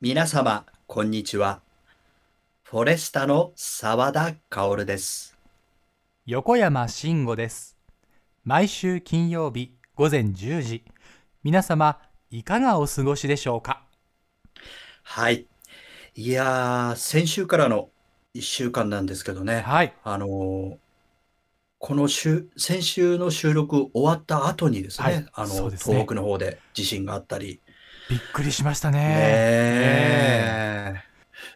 皆様、こんにちは。フォレスタの澤田薫です。横山慎吾です毎週金曜日午前10時皆様いかがお過ごしでしょうかはい。いやー、先週からの1週間なんですけどね、はいあのーこの週、先週の収録終わった後にですね、はいあの、そうですね東北の方で地震があったり、びっくりしましたねねえ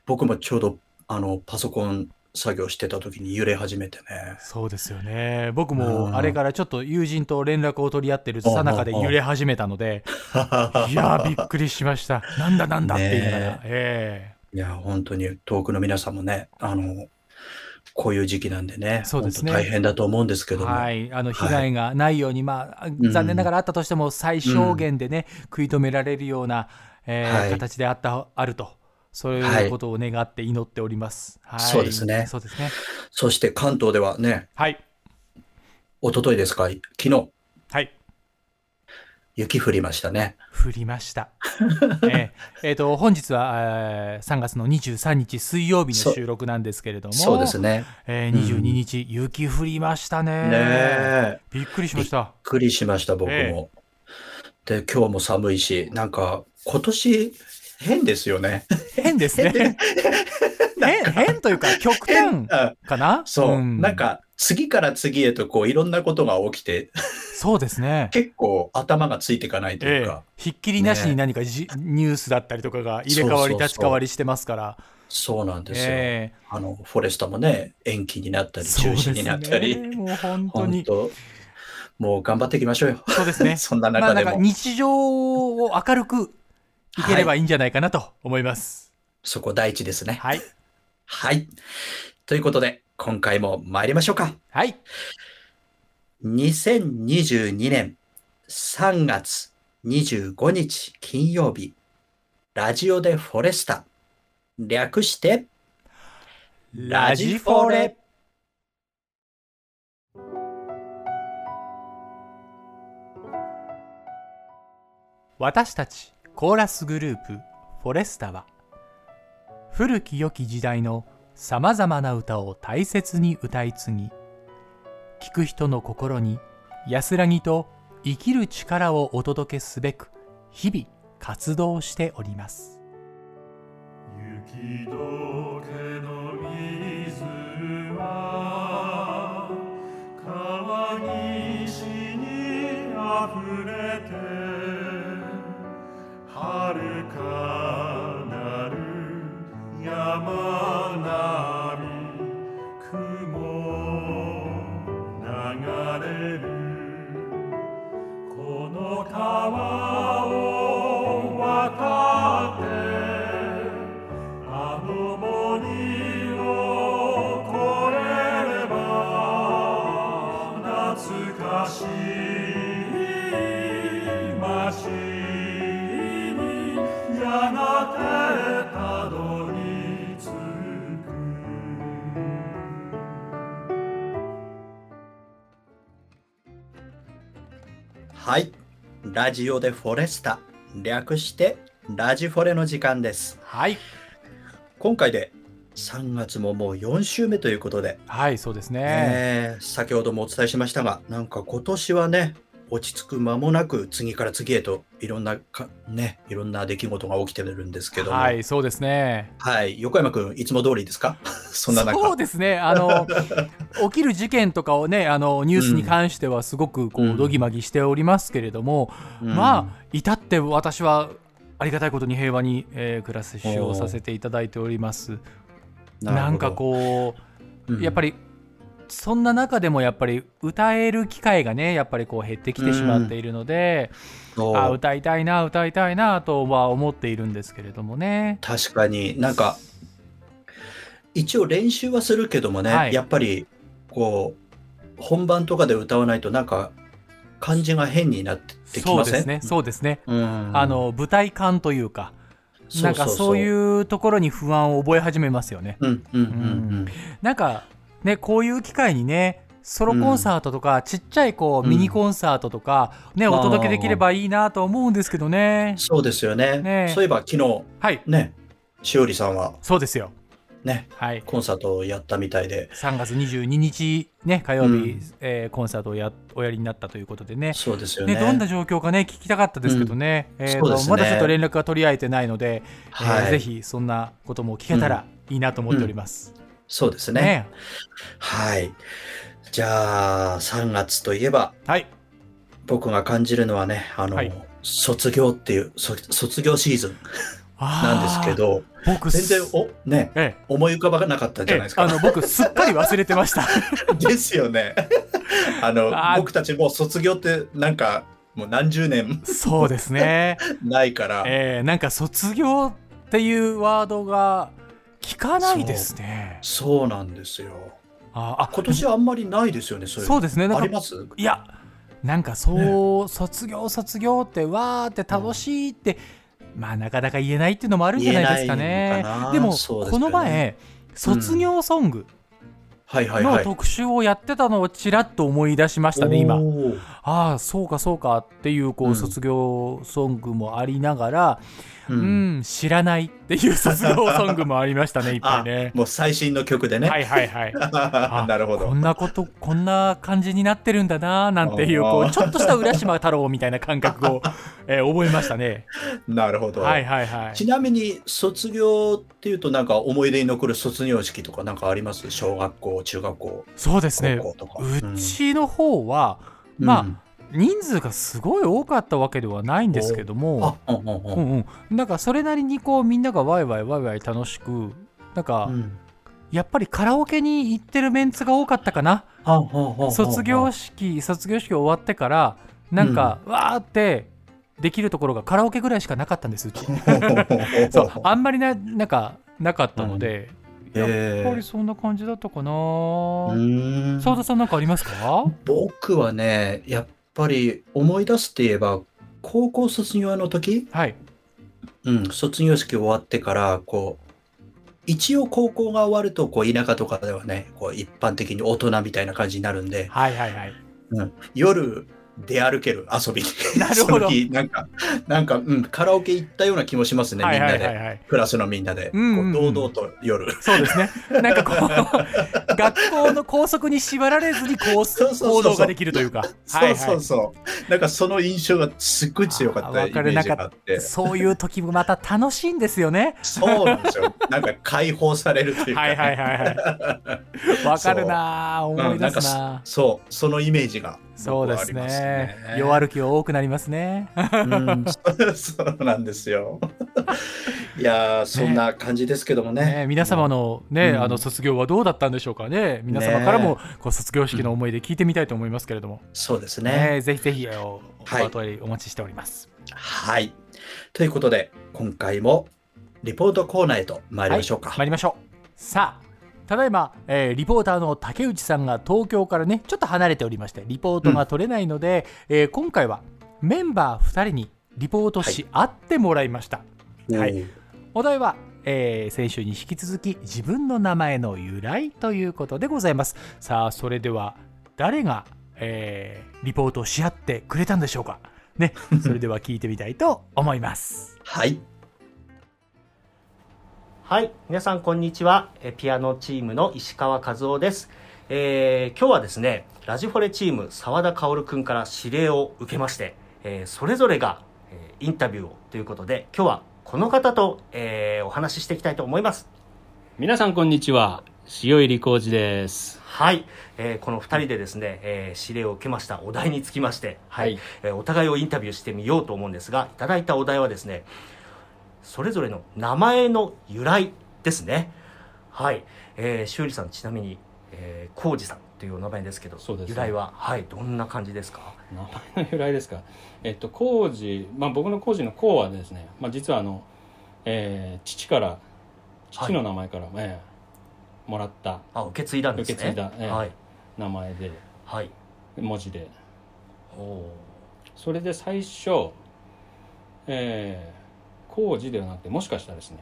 僕もちょうど、あの、パソコン作業してた時に揺れ始めてね、そうですよね僕うんもあれからちょっと友人と連絡を取り合ってるさなかでうんうんうん揺れ始めた のでいやーびっくりしましたなんだなんだって言いながら、ねえいや、本当に遠くの皆さんもね、あの、こういう時期なんでね、そうですね本当大変だと思うんですけえども、はいあの被害がないように、まあん残念ながらあったとしても最小限でね、食い止められるような、えーはい形であったあるとそういうことを願って祈っております、はいそうですねそうですねそして関東ではね、はい一昨日ですか、昨日、はい雪降りましたね。降りました。 えええーと本日は、えー3月の23日水曜日その収録なんですけれども、そうですね。えー22日、雪降りましたねねえ。びっくりしました。びっくりしました、僕も。で、今日も寒いし、なんか、今年、変ですよね。 変ですね。変変というか極端あかな。そう、んなんか、次から次へと、こう、いろんなことが起きて、そうですね。結構頭がついていかないといえうえか、、ひっきりなしに何かじ、ニュースだったりとかが入それ替わりうそうそう立ち替わりしてますから、そうなんですよ。えあの、フォレスタもね、延期になったえり、中止になったり、そうですね、もう本当本に当、もう頑張っていきましょうよ。そうですねそんなまあ中なでんかも、日常を明るくいければはいいいんじゃないかなと思います。そこ第一ですね。はい。はい。ということで、今回も参りましょうか。はい。 2022年3月25日金曜日、ラジオでフォレスタ、略して、ラジフォレ。私たちコーラスグループフォレスタは古き良き時代のさまざまな歌を大切に歌い継ぎ聴く人の心に安らぎと生きる力をお届けすべく日々活動しております雪解けの水は川岸にあふれて遥かなる山並み雲流れるこの川を渡ってあの森を越えれば懐かしい街にやがてたどり着くはい。ラジオでフォレスタ、略して、ラジフォレの時間です。はい今回で3月ももう4週目ということで、はいそうですねねえ先ほどもお伝えしましたがなんか今年はね落ち着く間もなく次から次へといろんなかねいろんな出来事が起きてるんですけども、ははいいそうですね横山君いつも通りですか そんな中そうですねあ の起きる事件とかをねあのニュースに関してはすごくこう、うんどぎまぎしておりますけれども、うんまあ至って私はありがたいことに平和に、えー暮らしおをーさせていただいておりますななんかこうう、やっぱりりそんな中でもやっぱり歌える機会がねやっぱりこう減ってきてしまっているので、あ歌いたいな歌いたいなとは思っているんですけれどもね確かになんか一応練習はするけどもね、はいやっぱりこう本番とかで歌わないとなんか感じが変になってきそまうせんですねそうですね、うんあの舞台感というかなんかそうういうところに不安を覚え始めますよね。うんうんうんうんなんかねこういう機会にねソロコンサートとか、ちっちゃいこう、うんミニコンサートとか、ね、まあお届けできればいいなと思うんですけどね。そうですよね。ねえそういえば昨日、はい、ね、しおりさんはそうですよ。ね、はい。コンサートをやったみたいで、 3月22日、ね、火曜日、うんえーコンサートをやおやりになったということでね。そうですよねね。どんな状況かね聞きたかったですけどね,、えーそとうですねまだちょっと連絡が取り合えてないので、はいえーぜひそんなことも聞けたらいいなと思っております。そうですね。ねはい。じゃあ、3月といえば、はい僕が感じるのはね、あの、はい卒業っていう、そ卒業シーズンなんですけど、あー僕全然すお、ね、ええ思い浮かばなかったんじゃえないえですあか。の僕すっかり忘れてました ですよね。 あのあー僕たちもう卒業ってなんかもう何十年そうですね、ないから、えーなんか卒業っていうワードが聞かないですねそうなんですよ。ああ今年はあんまりないですよね、そういうそうですねなあんりかますいやなんかそう、卒業卒業ってわーって楽しいって、まあなかなか言えないっていうのもあるんじゃないですか言えなねいのかなでもそうですよねこの前卒業ソングはいはいはのい。特集をやってたのをちらっと思い出しましたね、今おーああそうかそうかっていうこう、うん卒業ソングもありながらううんん、知らないっていう卒業ソングもありましたね いっぱいあねもう最新の曲で ね。はいはいはいあなるほどこん。なことこんな感じになってるんだななんていうあーこうちょっとした浦島太郎みたいな感覚 を、えー覚えましたねなるほど。はいはいはいちなみに卒業っていうとなんか思い出に残る卒業式とかなんかあります小学校中学校そうですね高校とか、うちの方はうんまあ人数がすごい多かったわけではないんですけどうんあもうんうんううんんうんなんかそれなりにこうみんながワイワイワイワイ楽しくなんかうんやっぱりカラオケに行ってるメンツが多かったかなはんはんはんはん 卒業式卒業式終わってからなんか、わーってできるところがカラオケぐらいしかなかったんですうち そうあんまりななんかなかったので、えやっぱりそんな感じだったかな澤ー、田さんなんかありますか僕はねやっぱり思い出すって言えば高校卒業の時、はいうん、卒業式終わってからこう一応高校が終わるとこう田舎とかではねこう一般的に大人みたいな感じになるんではいはいはい夜出歩ける遊び なるほそどの日なんかなんか、うん、カラオケ行ったような気もしますねはみいんなはで、いはいはいクラスのみんなで、うんうんうんこう堂々と夜そうですねなんかこ う学校の校則に縛られずにこうそうそうそうそう行動ができるというか そうそうそう、なんかその印象がすっごい強かっあたーイ分かメるなーんジかがあってそういう時もまた楽しいんですよねそうなんです よなんか解放されるというか、はいはいはい はい。わかるなうあ、思んいな出んかすそなあ。そうそのイメージがそうです僕はありまね。弱歩きは多くなりますね。うん そうなんですよ いやーそんな感じですけどもねね、皆様のね、うんあの卒業はどうだったんでしょうかね。皆様からも、こう卒業式の思い出聞いてみたいと思いますけれども。そうですねね、ぜひぜひ、あのはいお問い合わせお待ちしております。はい。ということで、今回もリポートコーナーへと参りましょうか。参りましょう。さあ。ただいま、えーリポーターの竹内さんが東京からねちょっと離れておりましてリポートが取れないので、えー今回はメンバー2人にリポートし合ってもらいました、はいうんお題は、えー先週に引き続き自分の名前の由来ということでございますさあそれでは誰が、えーリポートをし合ってくれたんでしょうか ねそれでは聞いてみたいと思いますはい。はい、皆さんこんにちは。えーピアノチームの石川和夫です。えー今日はですね、ラジフォレチーム澤田薫くんから指令を受けまして、えーそれぞれが、えーインタビューをということで、今日はこの方と、えーお話ししていきたいと思います。皆さんこんにちは塩入浩二ですはい、えーこの2人でですね、えー指令を受けましたお題につきまして、はいはいえーお互いをインタビューしてみようと思うんですがいただいたお題はですねそれぞれの名前の由来ですねはい、えー、修理さんちなみに、えー、浩二さんというお名前ですけどそうですね由来は、はい、どんな感じですか名前の由来ですかえっと浩二、まあ、僕の浩二の浩はですね、まあ、実はあの、えー父から父の名前から、えーもらったあ受け継いだんですね受け継いだええはい名前ではい文字でおおそれで最初、えー、浩二ではなくてもしかしたらですね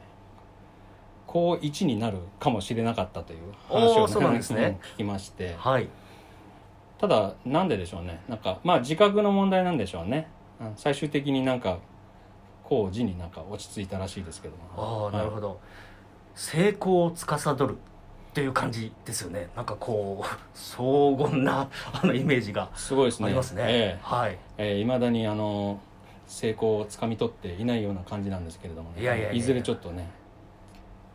高一になるかもしれなかったという話おーをそうなんですね聞きましてーはいただなんででしょうねなんかまあ自覚の問題なんでしょうね、うん最終的になんか工事になんか落ち着いたらしいですけどあもあなるはほいど、成功を司るっていう感じですよねなんかこう 荘厳なあのイメージがすごいですねありますねえはいええー、未だにあの成功をつかみ取っていないような感じなんですけれども、ね、いやいやいやいやずれちょっとね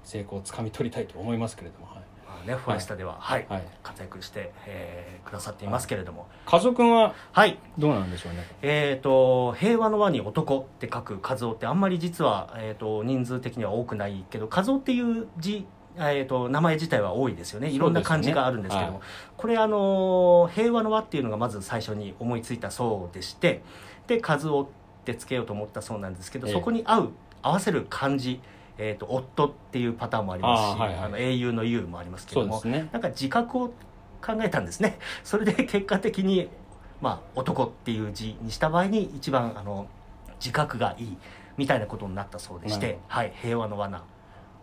成功をつかみ取りたいと思いますけれども、はいまあねフォレスタでははい、はい、活躍して、えーくださっていますけれども家族ははいどうなんでしょうねえー、と平和の輪に男って書く数夫ってあんまり実は、えー、と人数的には多くないけど数夫っていう字、えー、と名前自体は多いですよねいろんな漢字があるんですけども、そうこれあのー平和の輪っていうのがまず最初に思いついたそうでしてで数夫ってつけようと思ったそうなんですけど、ええそこに合う合わせる漢字、えー、と夫っていうパターンもありますしあーはいはいあの英雄の雄もありますけそどうでもすねなんか自覚を考えたんですね。 それで結果的に、まあ、男っていう字にした場合に一番あの自覚がいいみたいなことになったそうでしなるて、はい、平和の罠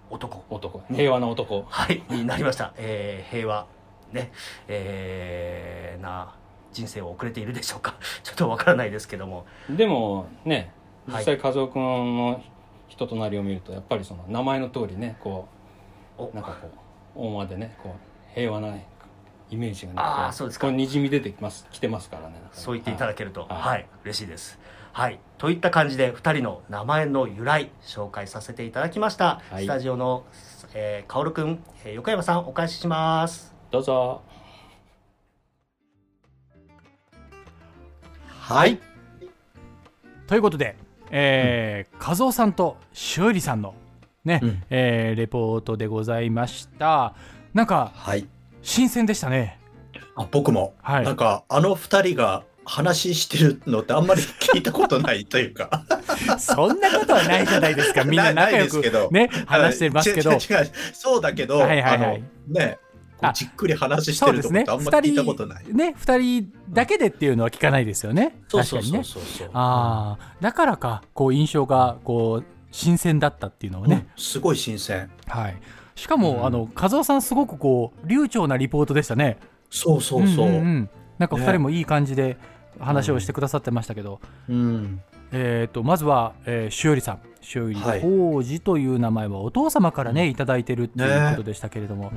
男、男平和な男はい、になりました。えー平和、ね、えーな人生を送れているでしょうか ちょっとわからないですけども、でもねはい実際和夫君の人となりを見るとやっぱりその名前の通りねこおうなんかこう大間でねこう平和なイメージがねあーこそうですかこにじみ出てきます来てますからねそう言っていただけると、はいはい、嬉しいです。はい、といった感じで2人の名前の由来紹介させていただきました、はいスタジオの、えー、薫くん、えー横山さんお返ししますどうぞはい。ということで、えー和夫さんと修理さんのね、うんえーレポートでございましたなんかはい。新鮮でし たねあ僕も、はいなんか、あの二人が話してるのってあんまり聞いたことないというか。そんなことはないじゃないですかみんな仲良いですくけどね話してますけど違う違う違うそうだけど、はいはあいはいのねこあうじっくり話してそうるでとすこねってあんま2聞いたことない。人ね二人だけでっていうのは聞かないですよねそう確そかうにそねうそうそう。ああだからかこう印象がこう新鮮だったっていうのはうんね、すごい新鮮。はいしかも、うんあの和夫さんすごくこう流暢なリポートでしたねそうそうそう。うんんんんなんかね2人もいい感じで話をしてくださってましたけど、えー、とまずは、えー、しおりさんしおりはい王子という名前はお父様からね、いただいてるっていうことでしたけれども、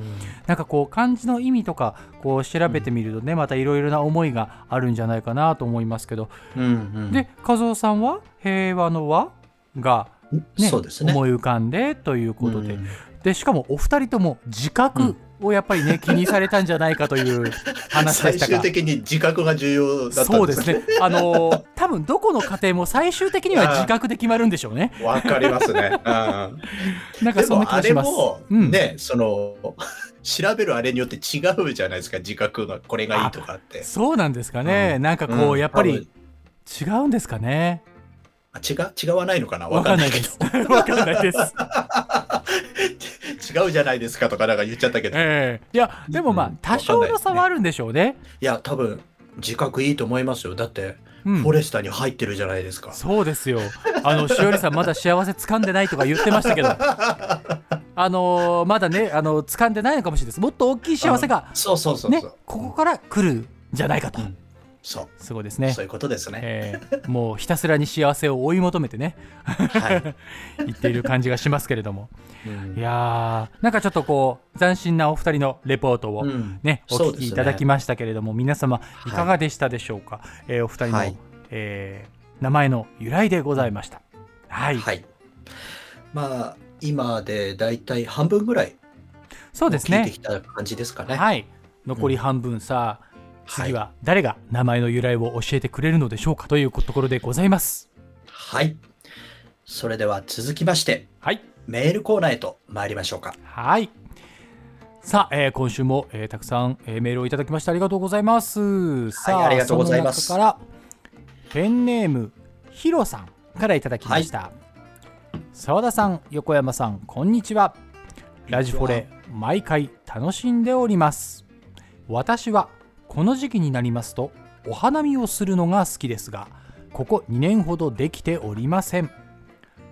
なんかこう漢字の意味とかこう調べてみるとね、またいろいろな思いがあるんじゃないかなと思いますけど、うんうんで和夫さんは「平和の和」が、ねそうですね。思い浮かんでということで、うんでしかもお二人とも自覚をやっぱりね、気にされたんじゃないかという話で 最した終が。的に自覚が重要だったそんうでですすね。ね。あのー多分どこの家庭も最終的には自覚で決まるんでしょうね。わかりますね。うん なんかでそんもな気あがれします。も、うんねその 調べるあれによって違うじゃないですか自覚のこれがいいとかって。そうなんですかね。うんなんかこう、うんやっぱ多分り違うんですかね。あ違う違わないのかなわわかかんんなないいけでどす。 わかんないです。違うじゃないですかとかなんか言っちゃったけど、ええいや、でもまうあん、多少の差はあるんでしょうね。いや多分自覚いいと思いますよだって、うんフォ。レスターに入ってるじゃないですかそうですよ。あの、しおりさんまだ幸せ掴んでないとか言ってました けど。あのーまだね、あの、掴んでないのかもしれないです。もっと大きい幸せが、そうそうそうねそう、、ここから来るんじゃないかとう。んそうすごいですねそ。ういうことですね、えーもうひたすらに幸せを追い求めてね はい、言っている感じがしますけれどもうんいやーなんかちょっとこう斬新なお二人のレポートを、うんねおそう聞ですきねいただきましたけれども、皆様いかがでしたでしょうか、えーお二人の、はいえー名前の由来でございましたはい、はいまあ今でだいたい半分ぐらいそうです聞いてねきた感じですかねはい残り半分さ、はい次は誰が名前の由来を教えてくれるのでしょうかというところでございますはいそれでは続きましてはいメールコーナーへと参りましょうかはい。さあ、えー今週も、えーたくさん、えーメールをいただきましてありがとうございます。さありがとうございますその中からペンネームヒロさんからいただきました。澤田さん、横山さん、こんにちは。ラジフォレ毎回楽しんでおります。私はこの時期になりますとお花見をするのが好きですが、ここ2年ほどできておりません。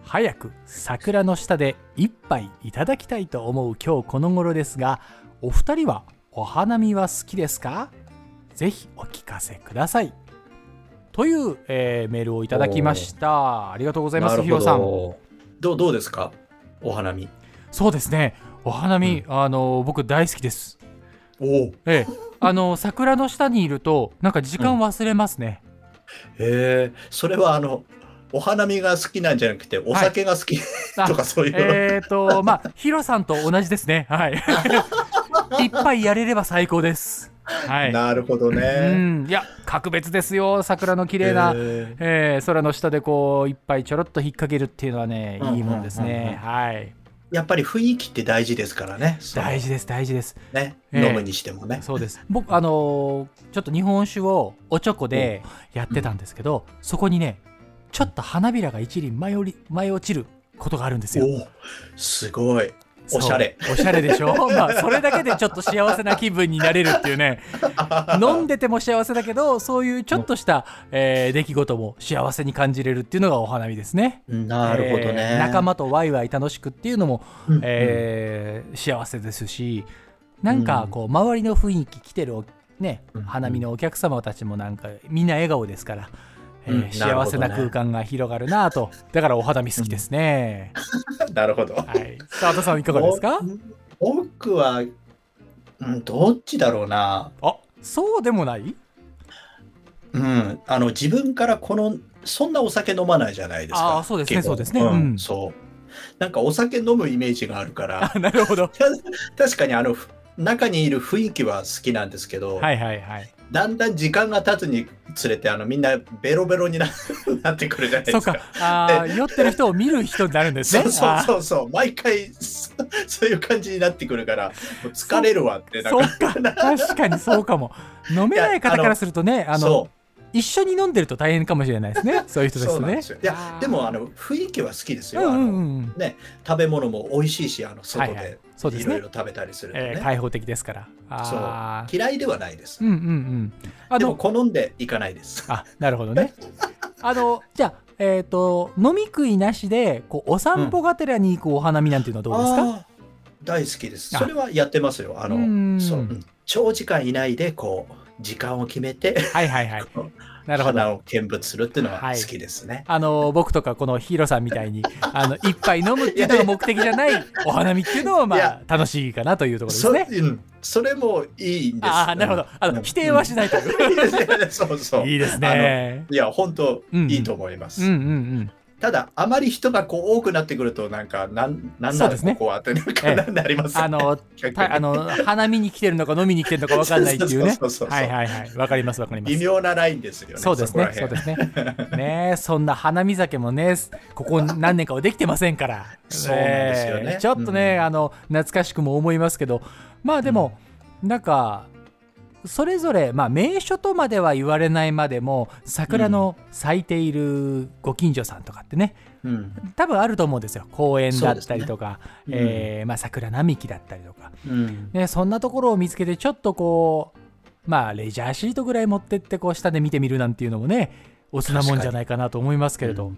早く桜の下で一杯いただきたいと思う今日この頃ですがお二人はお花見は好きですかぜひお聞かせくださいという、えーメールをいただきましたありがとうございまなするヒほロさんど。どう、どうですかお花見。そうですねお花見、あの僕大好きですおお。ええあの桜の下にいるとなんか時間忘れますね、へえ、それはあの、お花見が好きなんじゃなくて、お酒が好き あとかそういうの。えっ、とまあヒロさんと同じですねはい いっぱいやれれば最高ですはいなるほどうね。んいや格別ですよ桜の綺麗な、へええー空の下でこういっぱいちょろっと引っ掛けるっていうのはねいいもんですうんうんうんうんねはいやっぱり雰囲気って大事ですからね。その大事です大事ですね。ええ飲むにしてもね。そう です僕あのーちょっと日本酒をおちょこでやってたんですけど、そこにねちょっと花びらが一輪舞い降り舞い落ちることがあるんですよおお、すごい。そうおしゃれ。おしゃれでしょ まあそれだけでちょっと幸せな気分になれるってい うね飲んでても幸せだけどそういうちょっとした、えー出来事も幸せに感じれるっていうのがお花見ですねなるほどえね。ー仲間とワイワイ楽しくっていうのも、うんうんえー幸せですしなんかこう周りの雰囲気来てるおねうん花見のお客様たちもなんかみんな笑顔ですから、えーうんなるほどね幸せな空間が広がるなぁとだからお花見好きで すね、なるほど。はい澤田さんいかがですかお僕は、うん、どっちだろうな。あそうでもないうん、あの自分からこのそんなお酒飲まないじゃないですか。あーそうですね結構そうですねんうんそう。なんかお酒飲むイメージがある から、 なるほど。確かにあのふ中にいる雰囲気は好きなんですけど、はいはいはい。だんだん時間が経つにつれてあのみんなベロベロにな なってくるじゃないそでうすか。か。あー酔ってる人を見る人になるんですそね。うそうう。そうそう毎回 そそういう感じになってくるからもう疲れるわってなんそかうか。確かにそうかも。飲めない方からするとね、あのそ一緒に飲んでると大変かもしれないですね。そういう人う でそすうなんねで。すよ。いやでもあの雰囲気は好きですうよ。あのんうんうん。ね、食べ物も美味しいし、あの外はいはいでそうでいすねろいろ食べたりするとね、えー開放的ですから。あー嫌いではないです。うんうんうん。あでもの好んでいかないです。あなるほどね。あのじゃあ。えー、と飲み食いなしでこうお散歩がてらに行くお花見なんていうのはどうですか、あー大好きです。あそれはやってますよ。あのうんそううん長時間いないでこう時間を決めてはいはいはいこうなるほど花を見物するっていうのははい好きですね。あの僕とかこのヒーローさんみたいにあの一杯飲むっていうのが目的じゃないお花見っていうのはまいあや楽しいかなというところですそね。うんそれもいいんです。ああなるほどあの否定はしないという うん。いいですねそうそう。いいですねあ。の。いや本当うんいいと思います。うんうんうん。ただあまり人がこう多くなってくるとなんかなんなんそなうでらすねここはってなんええかなんでありますあの逆にたあの花見に来てるのか飲みに来てるのか分かんないっていうねそうそうそうそう。はいはいはいわかりますわかります微。妙なラインですよね。そうですねそうですね。ねえそんな花見酒もねここ何年かはできてませんから。そうなんですよねえちょっとね、うんあの懐かしくも思いますけどまあでも、なんかそれぞれ、まあ、名所とまでは言われないまでも桜の咲いているご近所さんとかってねここら辺多分あると思うんですよ公園だったりとか、そうですねえーまあ、桜並木だったりとか、うん。うん。ね、そんなところを見つけてちょっとこうまあレジャーシートぐらい持ってってこう下で見てみるなんていうのもねおつなもんじゃないかなと思いますけれど、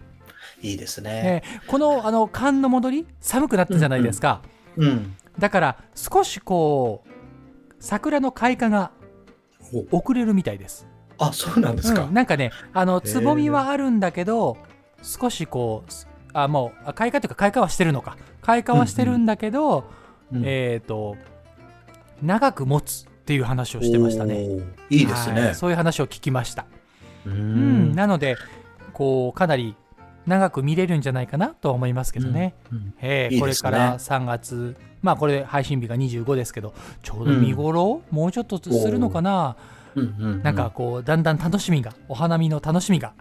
いいですね。ね、このあの寒の戻り寒くなったじゃないですか、うん。だから少しこう桜の開花が遅れるみたいですあ、そうなんですか。うんなんかねあのへーつぼみはあるんだけど少しこうすあもうあ開花というか開花はしてるのか開花はしてるんだけど、うんえっ、と長く持つっていう話をしてましたねおー。いいですはねい。そういう話を聞きました、ううん。んなのでこうかなり長く見れるんじゃないかなとは思いますけどね、うんえーいいこでれすねから3月まあこれ配信日が25ですけどちょうど見頃、もうちょっとするのかな、うんうんなんか、こうだんだん楽しみがお花見の楽しみが、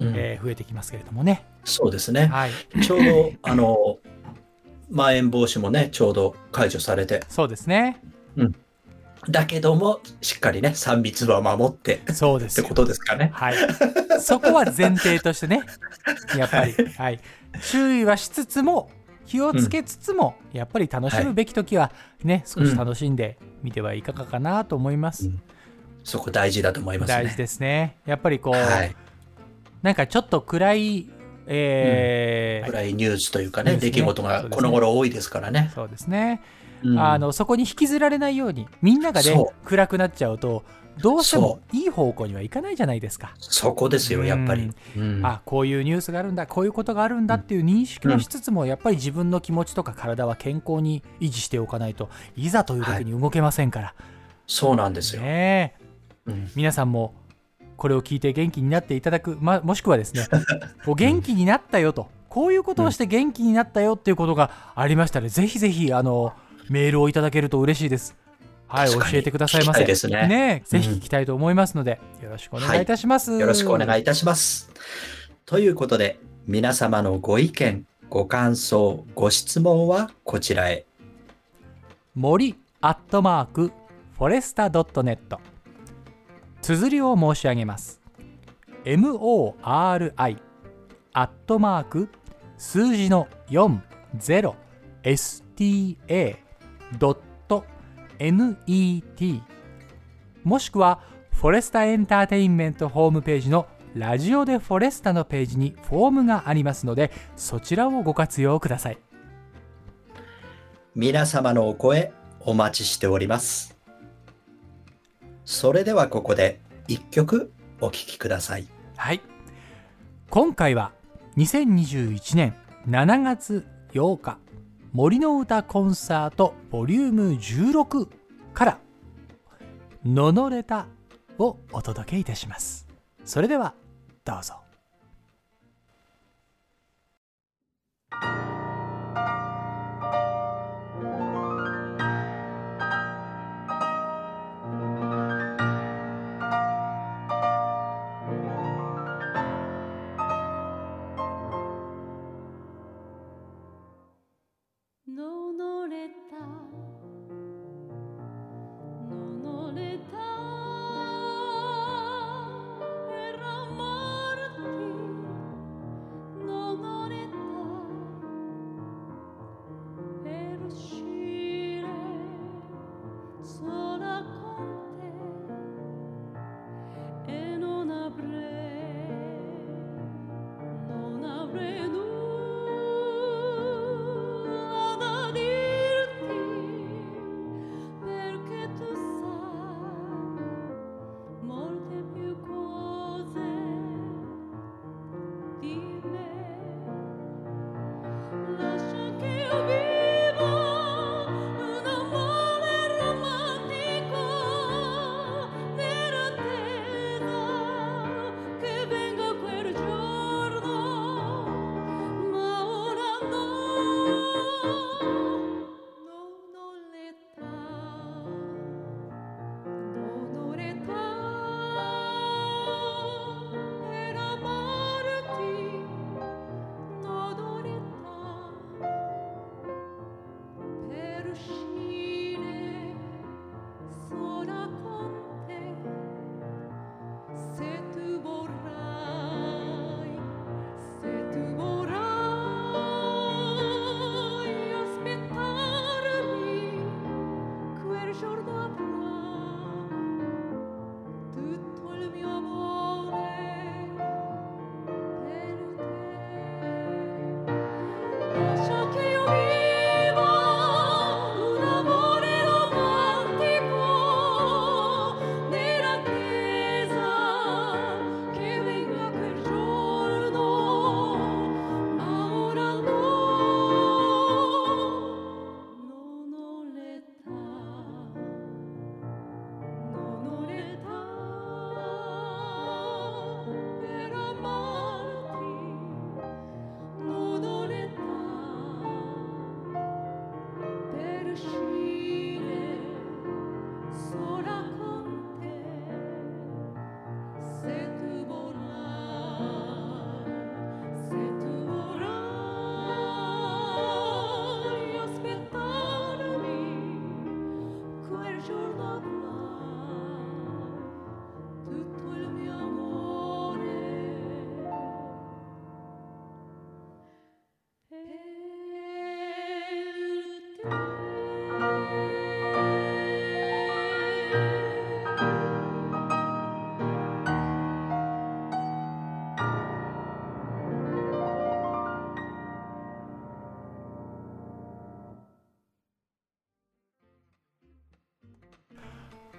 うんえー増えてきますけれどもね、そうですね。はいちょうど、あの、まん延防止もね、ちょうど解除されて。そうですねだけども、しっかりね、3密は守って、っそうですてよことですかね。はいそこは前提としてねやっぱり、はい注意はしつつも気をつけつつも、やっぱり楽しむべき時はね、少し楽しんでみてはいかがかなと思います、うんそこ大事だと思いますね。大事ですねやっぱりこう、はい。なんかちょっと暗い、えー暗いニュースというかね、ニュースね出来事そうがですねこの頃多いですからね。そうですね、うんあのそこに引きずられないようにみんながねそう暗くなっちゃうとどうしてもそいい方向にはいかないじゃないですか。そこですよ、やっぱり。うんあこういうニュースがあるんだこういうことがあるんだっていう認識をしつつも、やっぱり自分の気持ちとか体は健康に維持しておかないといざという時に動けませんから、そうなんですよ。ねうえん皆さんもこれを聞いて元気になっていただく、ま、もしくはです ねお元気になったよとこういうことをして元気になったよっていうことがありましたら、ぜひぜひあのメールをいただけると嬉しいです。はい、教確かにえてくださいま聞きたせ。いですねえぜひ聞きたいと思いますので、よろしくお願いいたします。よろしくお願いいたします。ということで、皆様のご意見、ご感想、ご質問はこちらへ。森アットマークフォレスタ .net 綴りを申し上げます mori アットマーク数字の 40sta.net もしくはフォレスタエンターテインメントホームページのラジオでフォレスタのページにフォームがありますのでそちらをご活用ください皆様のお声、お待ちしております。それではここで一曲お聴きください。はい今回は2021年7月8日森の歌コンサートボリューム16から「ののれた」をお届けいたしますそれではどうぞののれたののれた Era morti no no le ta per uscire sola con te e non avrei non avrei nulla da dirti perché tu sai molte più cose di me. Lascia che io vivo un amore romantico nell'attesa che venga quel giorno. Ma ora no, non ho l'età, non ho l'età per amarti, non ho l'età per uscire sola con te, se tu vorrai. Se tu vorrai aspettarmi, quel giorno avrà tutto il mio amore per te. Lascia che io viva un amore romantico nell'attesa che venga quel giorno, ma ora no, non ho l'età. Non ho l'età per amarti, non ho l'età per uscire sola con te, se tu vorrai, se tu vorrai aspettarmi. Quel giorno avrà tutto il mio amore per te.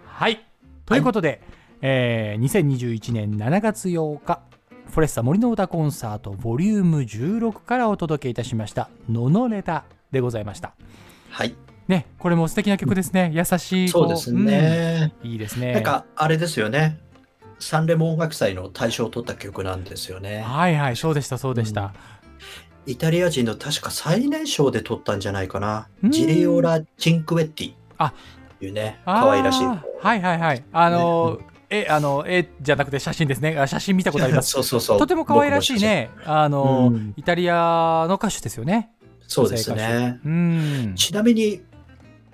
はいということで、えー2021年7月8日フォレスタ森の歌コンサートボリューム16からお届けいたしました「ののれた」でございましたはい。ねこれも素敵な曲ですね優しいこそうです、ね。うんいいですねなんか、あれですよね。サンレモ音楽祭の大賞を取った曲なんですよね。はいはいそうでしたそうでした、イタリア人の確か最年少で取ったんじゃないかなう。んジリオラ・チンクエッティ。あというね、あー可愛らしい。はいはいはいあのー、えあの絵じゃなくて写真ですねあ写真見たことありま すそうそうそう。とても可愛らしいねあのー、うんイタリアの歌手ですよね僕も写真。そうですね。うんちなみに、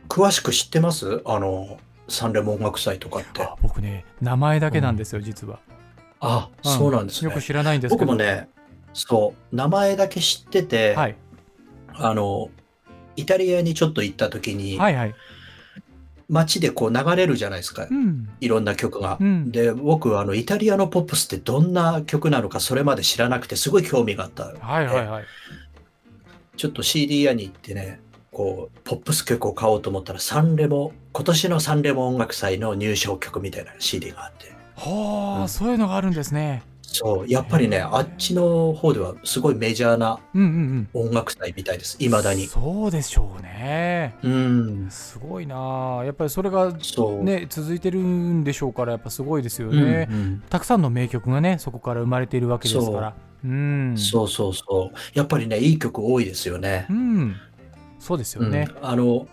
詳しく知ってますあの、サンレモ音楽祭とかって。あ僕ね名前だけなんですよ、実は、あ、そうなんですよねく。知らないんですけど僕もね、そう、名前だけ知ってて、はい、あの、イタリアにちょっと行った時に、はいはい街でこう流れるじゃないですか、うんいろんな曲が。うんで、僕、あの、イタリアのポップスってどんな曲なのか、それまで知らなくて、すごい興味があった。はいはいはいちょっと CD 屋に行ってね、こう、ポップス曲を買おうと思ったら、サンレモ、今年のサンレモ音楽祭の入賞曲みたいな CD があって、はあ、うんそういうのがあるんですねそう、やっぱりね、あっちの方ではすごいメジャーなうんうんうん音楽祭みたいです、未だに。そうでしょうねうん、すごいなあやっぱりそれがそう。ね続いてるんでしょうからやっぱすごいですようん、ね、うんたくさんの名曲がねそこから生まれているわけですからうんそうそうそう。やっぱりね、いい曲多いですよね。うんそうですよね、うんあの、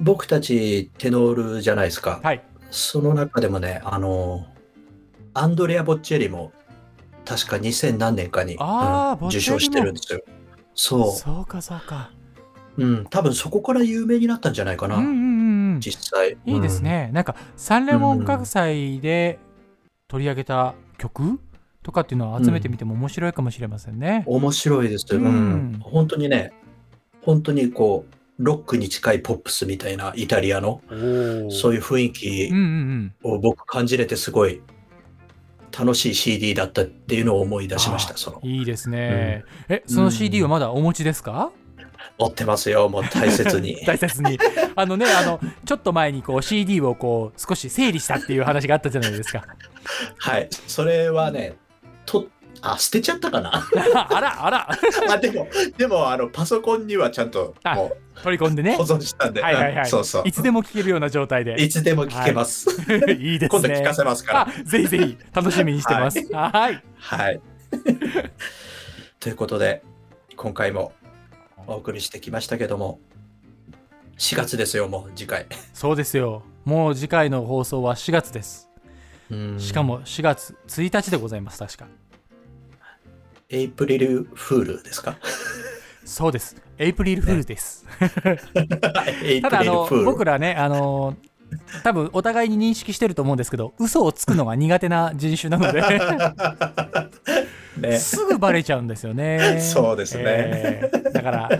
僕たちテノールじゃないですか。はいその中でもね、あの、アンドレア・ボッチェリも、確か2000何年かに、あーうんボッチ受ェリも賞してるんですよ。そそうかそうかう。うん。多分そこから有名になったんじゃないかな。うんうんうんうん実際。いいですね、なんかサンレモン学祭で取り上げた曲とかっていうのを集めてみても面白いかもしれませんね。うん。面白いです、うん。うん本当にね、本当にこう、ロックに近いポップスみたいなイタリアの、そういう雰囲気うん、うん、うんを僕感じれてすごい楽しい CD だったっていうのを思い出しました。あそのいいですね。えその CD はまだお持ちですか、持ってますよ、もう大切 。に大切 に。あのねあのちょっと前にこう CD をこう少し整理したっていう話があったじゃないですか。 はい、それはね、とあ捨てちゃったか なあらあらあでも、でもあのパソコンにはちゃんとあも取り込んでうね保。存したんで、はいはいはい。うんそうそういつでも聴けるような状態で。いつでも聞けます。いいですね。今度聞かせますから。あぜひぜひ楽しみにしてます。はいはい。 ということで、今回もお送りしてきましたけども、4月ですよ、もう次回。そうですよ。もう次回の放送は4月です。うんしかも4月1日でございます、確か。エイプリルフールですかそうです。エイプリルフールです。エイプただ、あリルの、フール。僕らね、あの、多分お互いに認識してると思うんですけど、嘘をつくのが苦手な人種なので、ね、すぐバレちゃうんですよ ね。そうですねえーだから、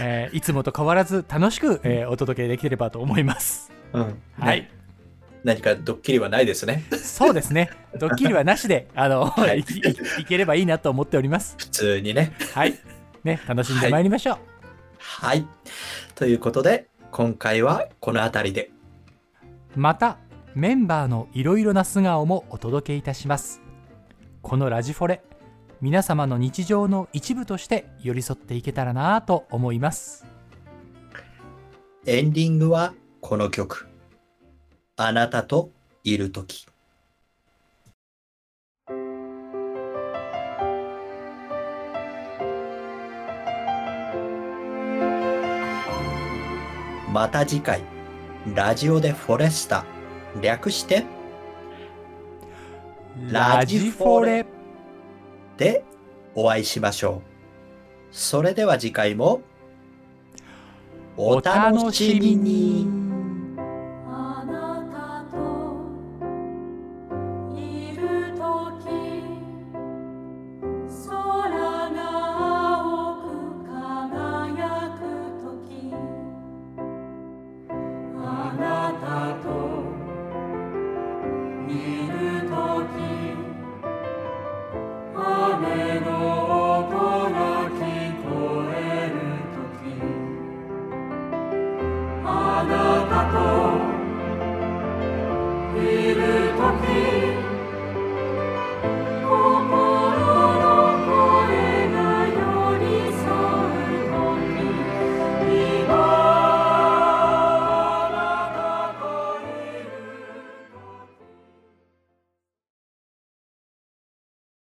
えーいつもと変わらず楽しく、えーお届けできればと思います。うんはい。何かドッキリはないですね。そうですね。ドッキリはな しで、あの、はいいいいければいいなと思っております。普通にね。はい。ね、楽しんでまいりましょう。はい。ということで、今回はこの辺りで。またメンバーのいろいろな素顔もお届けいたしますこのラジフォレ皆様の日常の一部として寄り添っていけたらなぁと思いますエンディングはこの曲。あなたといるとき。また次回、ラジオでフォレスタ、略してラジフォレでお会いしましょう。それでは次回もおお楽楽ししみみにに。あなたといるとき空が青く輝くときあなたといるとき雨の音が聞こえるとき「あなたといる時